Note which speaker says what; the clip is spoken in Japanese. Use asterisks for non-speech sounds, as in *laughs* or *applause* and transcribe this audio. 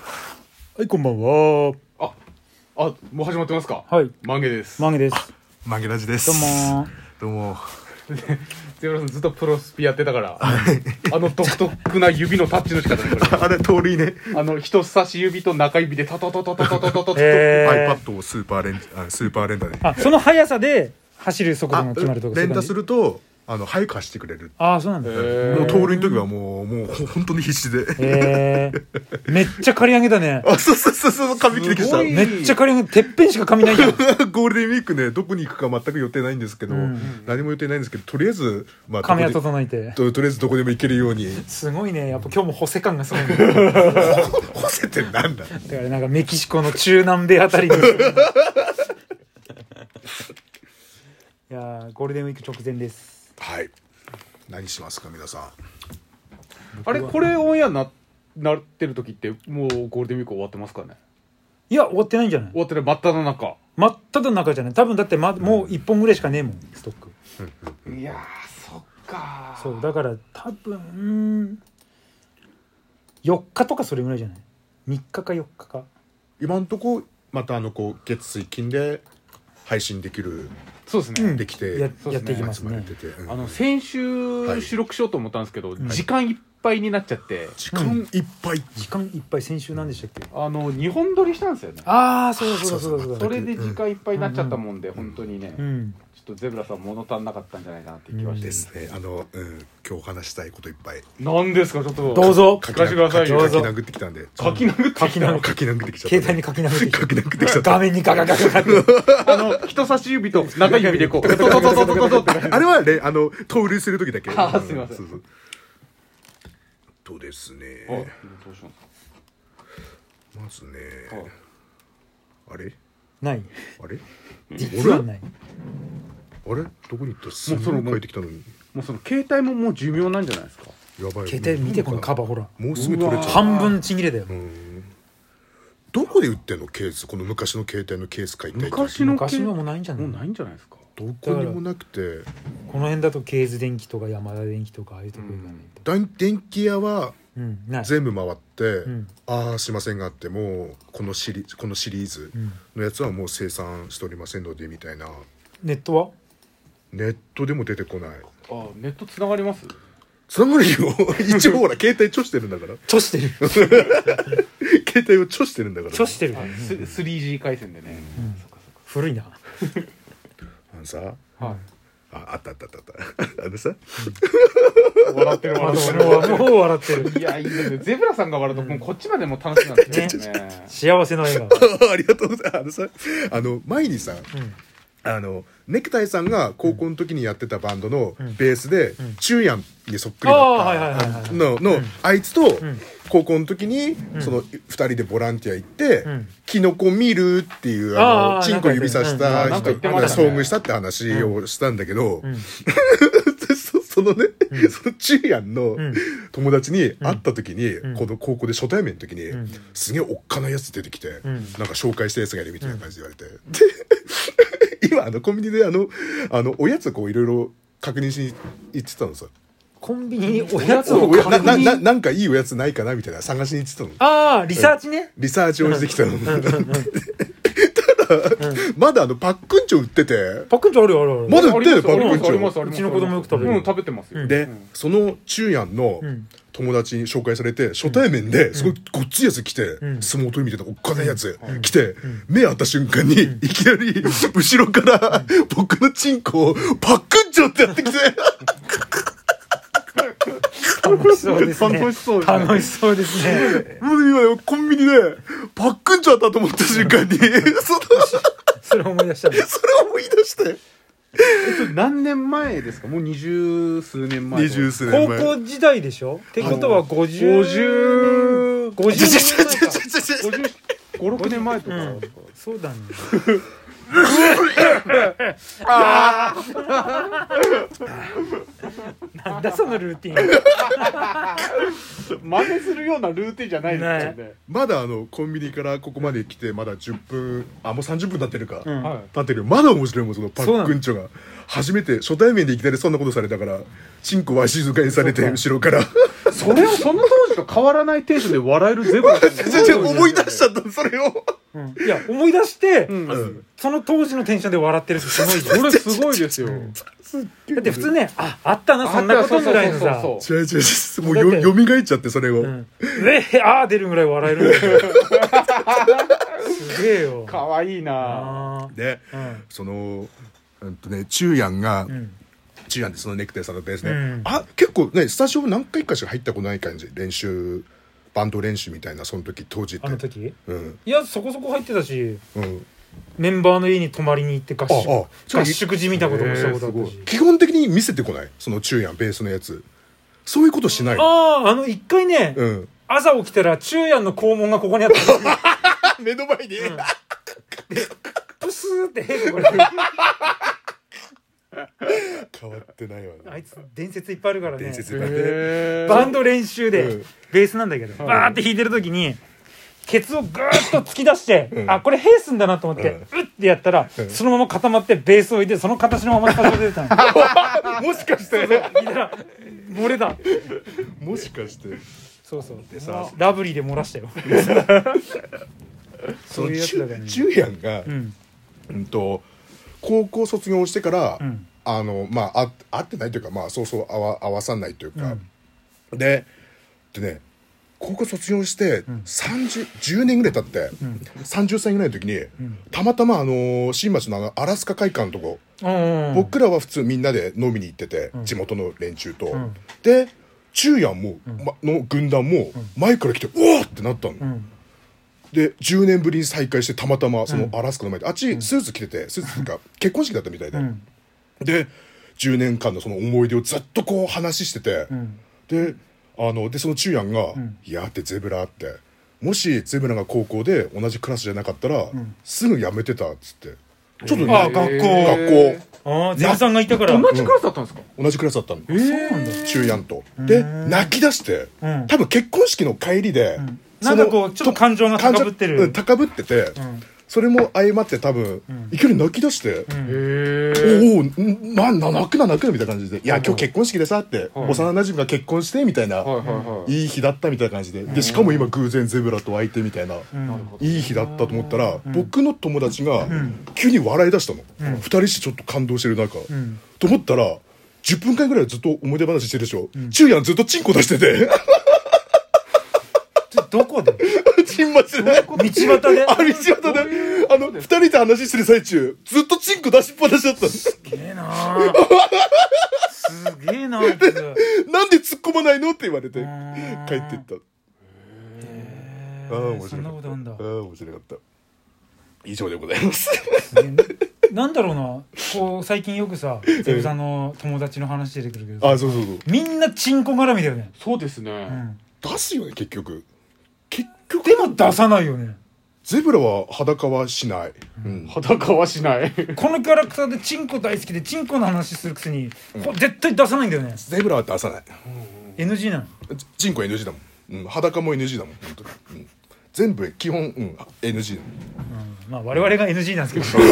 Speaker 1: はい、こんばんは。
Speaker 2: あ、あ、もう始まってますか。
Speaker 1: はい。
Speaker 2: マンゲです。
Speaker 1: マンゲです。
Speaker 3: マゲラジです
Speaker 1: どうもー。
Speaker 3: どうも
Speaker 2: ゼブラさんずっとプロスピやってたから、あの独特な指のタッチの仕方ね、これ。
Speaker 3: あれ通りね
Speaker 2: あの人差し指と中指でタタタタタタタタタタ。
Speaker 1: えー、
Speaker 3: iPad をスーパーレンあスーパーレンダで
Speaker 1: あ、その速さで走る速度が
Speaker 3: あ
Speaker 1: 決まるとか。
Speaker 3: 連打す
Speaker 1: る。
Speaker 3: るとあの早く走ってくれる
Speaker 1: ああ、そうなんだ。
Speaker 2: へー
Speaker 3: もう通りの時はもうもうほ本当に必死で
Speaker 1: えー、めっちゃ刈り上げたね。
Speaker 3: あそうそうそうそう髪切ってき
Speaker 2: すごい
Speaker 3: た
Speaker 1: めっちゃ刈り上げ、てっぺんしか髪ないじゃん。
Speaker 3: *laughs* ゴールデンウィークねどこに行くか全く予定ないんですけど、何も予定ないんですけどとりあえずまあ
Speaker 1: 髪は
Speaker 3: どこ
Speaker 1: 整えて
Speaker 3: で。ととりあえずどこでも行けるように
Speaker 1: すごいね。やっぱ今日も補正感がすごい、ね。
Speaker 3: 干せてなんだ
Speaker 1: だからなんかメキシコの中南米あたりに。
Speaker 3: *laughs*
Speaker 1: いやーゴールデンウィーク直前です。
Speaker 3: はい何しますか皆さん
Speaker 2: あれこれオンエアななってる時ってもうゴールデンウィーク終わってますかね。
Speaker 1: いや、終わってないんじゃない
Speaker 2: 終わってる真っ只中。
Speaker 1: 真っ只中じゃない多分だって、ま、もう一本ぐらいしかねえもん、ストック。
Speaker 2: いやー、そっか
Speaker 1: そうだから多分うん4日とかそれぐらいじゃない3日か4日か
Speaker 3: 今んとこまたあのこう月水金で配信できる
Speaker 2: そうですね。
Speaker 3: できて、
Speaker 1: や
Speaker 2: そう
Speaker 1: や
Speaker 2: ですね
Speaker 1: っていきます
Speaker 3: 集まれ
Speaker 1: ね
Speaker 3: てて、うん
Speaker 2: あの先週収録しようと思ったんですけど、時間いっぱいになっちゃって、
Speaker 3: 時間いっぱい、
Speaker 1: 時間いっぱい先週なんでしたっけ
Speaker 2: あの日本撮りしたんですよね。
Speaker 1: ああそうだそうだそうだそう
Speaker 2: そ
Speaker 1: だ
Speaker 2: れで時間いっぱいになっちゃったもんで、本当にね。
Speaker 1: うん
Speaker 2: ちょっとゼブラさん物足んなかったんじゃないかなって気はし
Speaker 3: で
Speaker 2: て、
Speaker 3: すねあの、うん、今日話したいこといっぱい
Speaker 2: なんですかちょっと
Speaker 1: どうぞ
Speaker 2: 書きな書き
Speaker 1: どう
Speaker 3: 書
Speaker 1: ぞ
Speaker 3: き殴ってきたんで
Speaker 2: 書き殴って
Speaker 1: 書き殴っ
Speaker 3: 書き殴ってきちゃった
Speaker 1: 携帯に書き殴って
Speaker 3: 書き
Speaker 1: き
Speaker 3: 殴ってきちゃ
Speaker 1: た
Speaker 3: った
Speaker 1: 画面にガガガガガって
Speaker 2: あ
Speaker 1: *laughs*
Speaker 2: の人差し指と中指でこ *laughs* うトトトトトトトって
Speaker 3: あれはねあの盗塁する時だけ
Speaker 2: あーすいません
Speaker 3: ううとです
Speaker 2: あど
Speaker 3: ね
Speaker 2: うしよ
Speaker 3: まずね
Speaker 2: うか
Speaker 3: あれ
Speaker 1: ない
Speaker 3: あれ
Speaker 1: 実はない
Speaker 3: あれどこに行ったす
Speaker 2: もうその
Speaker 3: ぐ帰ってきたのに
Speaker 2: もうその携帯ももう寿命なんじゃないですか
Speaker 3: やばい
Speaker 1: 携帯見てこのカ
Speaker 3: バ
Speaker 1: バーほら
Speaker 3: もうすぐ取れちゃう
Speaker 1: 半分ちぎれだよ
Speaker 3: どこで売ってんのケースこの昔の携帯のケース買いたいって
Speaker 2: 昔の
Speaker 1: 昔のもないんじゃない
Speaker 2: もうないんじゃないですか
Speaker 3: どこにもなくて
Speaker 1: この辺だとケーズ電機とか山田電機とかああいうところがね
Speaker 3: だん電気屋は
Speaker 1: うんない
Speaker 3: 全部回って、
Speaker 1: ん
Speaker 3: ああしませんがあってもうこのシリこのシリーズのやつはもう生産しておりませんのでみたいな
Speaker 1: ネットは
Speaker 3: ネットでも出てこない
Speaker 2: あネットつながります
Speaker 3: つながるよ
Speaker 1: *laughs*
Speaker 3: 一応ほら携帯ちょしてるんだから
Speaker 1: としてる
Speaker 3: 携帯をちょしてるんだから
Speaker 1: としてるからね
Speaker 2: 3G 回線でねそっかそっか
Speaker 1: 古いな
Speaker 3: あのさ
Speaker 1: はい
Speaker 3: ああったあったあったあった *laughs* あのさ
Speaker 2: 笑ってる
Speaker 1: *laughs* あ
Speaker 2: 笑って
Speaker 1: もうもう笑ってる
Speaker 2: るいやいいですねゼブラさんが笑うともうこっちまでも楽しくなってきますね
Speaker 1: *laughs* 幸せの笑顔
Speaker 3: ありがとうございます。あのさ、あの、前にさ、あの、ネクタイさんが高校の時にやってたバンドのベースで、チューヤンにそっくりだ
Speaker 1: *laughs* あーはいはいはい
Speaker 3: っ
Speaker 1: はい
Speaker 3: た、の、の、あいつと、高校の時に、その、二人でボランティア行って
Speaker 1: ん、
Speaker 3: キノコ見るっていう、あ
Speaker 1: あー
Speaker 3: の、チンコ指さし
Speaker 1: な
Speaker 3: た
Speaker 2: んか
Speaker 3: 人
Speaker 2: 言ってま
Speaker 3: が
Speaker 2: したね
Speaker 3: 遭遇したって話をしたんだけど、 *laughs* そそのね、そのチューヤンの友達に会った時に、この高校で初対面の時に、すげえおっかなやつ出てきて、なんか紹介したやつがいるみたいな感じで言われて、で今あのコンビニであのあのおやつこういろいろ確認しに行ってたのさ
Speaker 1: コンビニにおやつを
Speaker 3: おやな
Speaker 1: 確
Speaker 3: な
Speaker 1: 認
Speaker 3: ななんかいいおやつないかなみたいな探しに行ってたの
Speaker 1: ああリサーチね
Speaker 3: リサーチをしてきたのただ、まだあのパックンチョ売ってて
Speaker 1: パクンチョあるよあるある
Speaker 3: まだ売ってるよパ
Speaker 2: あ
Speaker 3: ッ
Speaker 2: り
Speaker 3: ク
Speaker 2: ま
Speaker 3: ン
Speaker 2: す
Speaker 3: チョ
Speaker 2: ありますあり
Speaker 1: う
Speaker 2: ます
Speaker 1: ちの子供よく食べる
Speaker 2: うん食べてますよ
Speaker 3: で、
Speaker 2: うん
Speaker 3: その中やんの友達に紹介されて、初対面ですごいごっついやつ来て、相撲取りみたいなおっかないやつ来て、目合った瞬間に、いきなり、後ろから、僕のチンコをパックンチョってやってきて、
Speaker 1: 楽しそうですね
Speaker 2: 楽しそうですね
Speaker 1: 楽しそうですね
Speaker 3: もう今コンビニで、パックンチョだったと思った瞬間に、その、
Speaker 1: *laughs* それ思い出したんです
Speaker 3: それを思い出して、
Speaker 2: 何年前ですかもう二十数年前
Speaker 3: 二十数
Speaker 1: 高
Speaker 3: 年前。
Speaker 1: 校時代でしょってことは
Speaker 2: 50
Speaker 1: 5050 50年前 *laughs*
Speaker 2: 56年前
Speaker 1: か
Speaker 2: とか、
Speaker 1: そう *laughs* だねなんだそのルーティン
Speaker 2: 真似するようなルーティンじゃないですよね
Speaker 3: まだあの、コンビニからここまで来て、まだ10分、あ、もう30分経ってるか。
Speaker 1: ん
Speaker 2: はい
Speaker 3: 立ってるよまだ面白いもんそのパックンチョが初めて初対面でいきなりそんなことされたからチンコわしづかいにされて後ろから
Speaker 2: それをその当時と変わらないテンションで笑えるゼブラ
Speaker 3: 全然思い出しちゃったそれを
Speaker 1: うんいや思い出して、
Speaker 2: うん
Speaker 3: うん
Speaker 1: その当時のテンションで笑ってるってすごいじゃん
Speaker 2: これ
Speaker 1: *laughs*
Speaker 2: すごいですよ
Speaker 1: だって普通ねああったなそんなことぐらいのさ
Speaker 2: そうそう
Speaker 3: 違う違う違うもう
Speaker 1: だって
Speaker 3: よよみがえっちゃってそれを、
Speaker 1: うんでああ出るぐらい笑えるんだ *laughs* よすげえよ
Speaker 2: かわいいな
Speaker 1: あ
Speaker 3: で
Speaker 1: ーうん
Speaker 3: そのうんとね中やんが
Speaker 1: うん
Speaker 3: 中やんってそのネクタイさんだったですね、
Speaker 1: うん
Speaker 3: あ結構ねスタジオ何回かしか入ったことない感じ練習バンド練習みたいなその時当時って
Speaker 1: あの時
Speaker 3: うん
Speaker 1: いやそこそこ入ってたし
Speaker 3: うん
Speaker 1: メンバーの家に泊まりに行って合
Speaker 3: ああ
Speaker 1: 宿
Speaker 3: ちょ
Speaker 1: 合宿地みたいなこともしたことあった
Speaker 2: へ
Speaker 1: し
Speaker 3: 基本的に見せてこないその中やんベースのやつそういうことしないの
Speaker 1: あああの一回ね、
Speaker 3: うん
Speaker 1: 朝起きたら昼夜の肛門がここにあった *laughs* んですよ
Speaker 3: *laughs* 目の前に、
Speaker 1: プスーって屁がこれてる
Speaker 3: 変わってないわね *laughs*
Speaker 1: あいつ伝説いっぱいあるからね
Speaker 3: 伝説いっぱいある
Speaker 2: へー
Speaker 1: バンド練習で、
Speaker 3: うん
Speaker 1: ベースなんだけど、バーって弾いてる時にケツをグーッと突き出して、
Speaker 3: ん
Speaker 1: あこれヘースんだなと思って、うってやったら、
Speaker 3: ん
Speaker 1: そのまま固まってベースを置いてその形のままスタジオ出
Speaker 3: *laughs*
Speaker 1: てたの弾
Speaker 3: もしかして
Speaker 1: いたら漏れだ
Speaker 3: もしかして
Speaker 1: そうそう
Speaker 3: でさ
Speaker 1: ラブリーで漏
Speaker 3: *laughs*
Speaker 1: らしたよ
Speaker 3: そ
Speaker 1: そう
Speaker 3: の
Speaker 1: いうやつだからね
Speaker 3: 中中やんが、
Speaker 1: うん
Speaker 3: うんと高校卒業してから、
Speaker 1: うん
Speaker 3: あのまああ会ってないというかまあそうそう合わ合わさないというか、ででね高校卒業して30 10年ぐらい経って、30歳ぐらいの時に、たまたまあのー新町のあのアラスカ会館のとこ、
Speaker 1: うんうん
Speaker 3: 僕らは普通みんなで飲みに行ってて、地元の連中と、で中やんも、ま、の軍団も前から来て「うおーってなったの。
Speaker 1: ん
Speaker 3: で10年ぶりに再会してたまたまそのアラスカの前で、あっちスーツ着ててスーツっていう
Speaker 1: *laughs*
Speaker 3: か結婚式だったみたいで、
Speaker 1: ん
Speaker 3: で10年間のその思い出をずっとこう話してて、
Speaker 1: ん
Speaker 3: であのでその中やんが「いや」ってゼブラってもしゼブラが高校で同じクラスじゃなかったら、すぐ辞めてたっつってちょっとね、
Speaker 1: あ学校
Speaker 3: 学校
Speaker 1: ああゼブさんがいたから
Speaker 2: 同じクラスだったんですか
Speaker 3: 同じクラスだったの、
Speaker 1: そうなんだ
Speaker 3: 中やんとで泣き出して、
Speaker 1: ん
Speaker 3: 多分結婚式の帰りで、その
Speaker 1: なんかこうちょっと感情が高ぶって
Speaker 3: 感
Speaker 1: る
Speaker 3: 情うん高ぶってて、それも相まって多分、いきなり泣き出して、
Speaker 2: へ
Speaker 3: おおんなな泣くな泣くなみたいな感じで「いや今日結婚式でさ」って、幼なじみが結婚してみたいな、
Speaker 2: はいはいはい
Speaker 3: い日だったみたいな感じででしかも今偶然ゼブラと会えてみたいな、いい日だったと思ったら、僕の友達が急に笑い出したの、二人してちょっと感動してる中、と思ったら10分間ぐらいずっと思い出話してるでしょ、チューヤンずっとチンコ出してて
Speaker 1: ちょどこで道
Speaker 3: チンマチで。
Speaker 1: 端で
Speaker 3: あ道端で、あの、二人で話してる最中、ずっとチンコ出しっぱなしだった。
Speaker 1: すげえなあすげえなあいつ
Speaker 3: なんで突っ込まないのって言われて
Speaker 1: ーん
Speaker 3: 帰ってった
Speaker 1: へえ
Speaker 3: ああ面白い
Speaker 1: そんなことあんだ
Speaker 3: ああ面白かった以上でございます *laughs*
Speaker 1: なんだろうなこう最近よく
Speaker 3: *laughs*
Speaker 1: さゼブさんの友達の話出てくるけどさ
Speaker 3: あそうそうそう
Speaker 1: みんなチンコ絡みだよね、
Speaker 2: そうです
Speaker 1: う
Speaker 2: ね
Speaker 1: ん、
Speaker 3: 出すよね結局結局
Speaker 1: でも出さないよね
Speaker 3: ゼブラは裸はしない、うん
Speaker 2: 裸はしない
Speaker 1: このキャラクターでチンコ大好きでチンコの話するくせに、こう絶対出さないんだよね
Speaker 3: ゼブラは出さない
Speaker 1: NG なの
Speaker 3: ちチンコ NG だもん、うん、裸も NG だもん本当に、うん、全部基本、うん、NG だもん
Speaker 1: まあ我々が NG なんですけど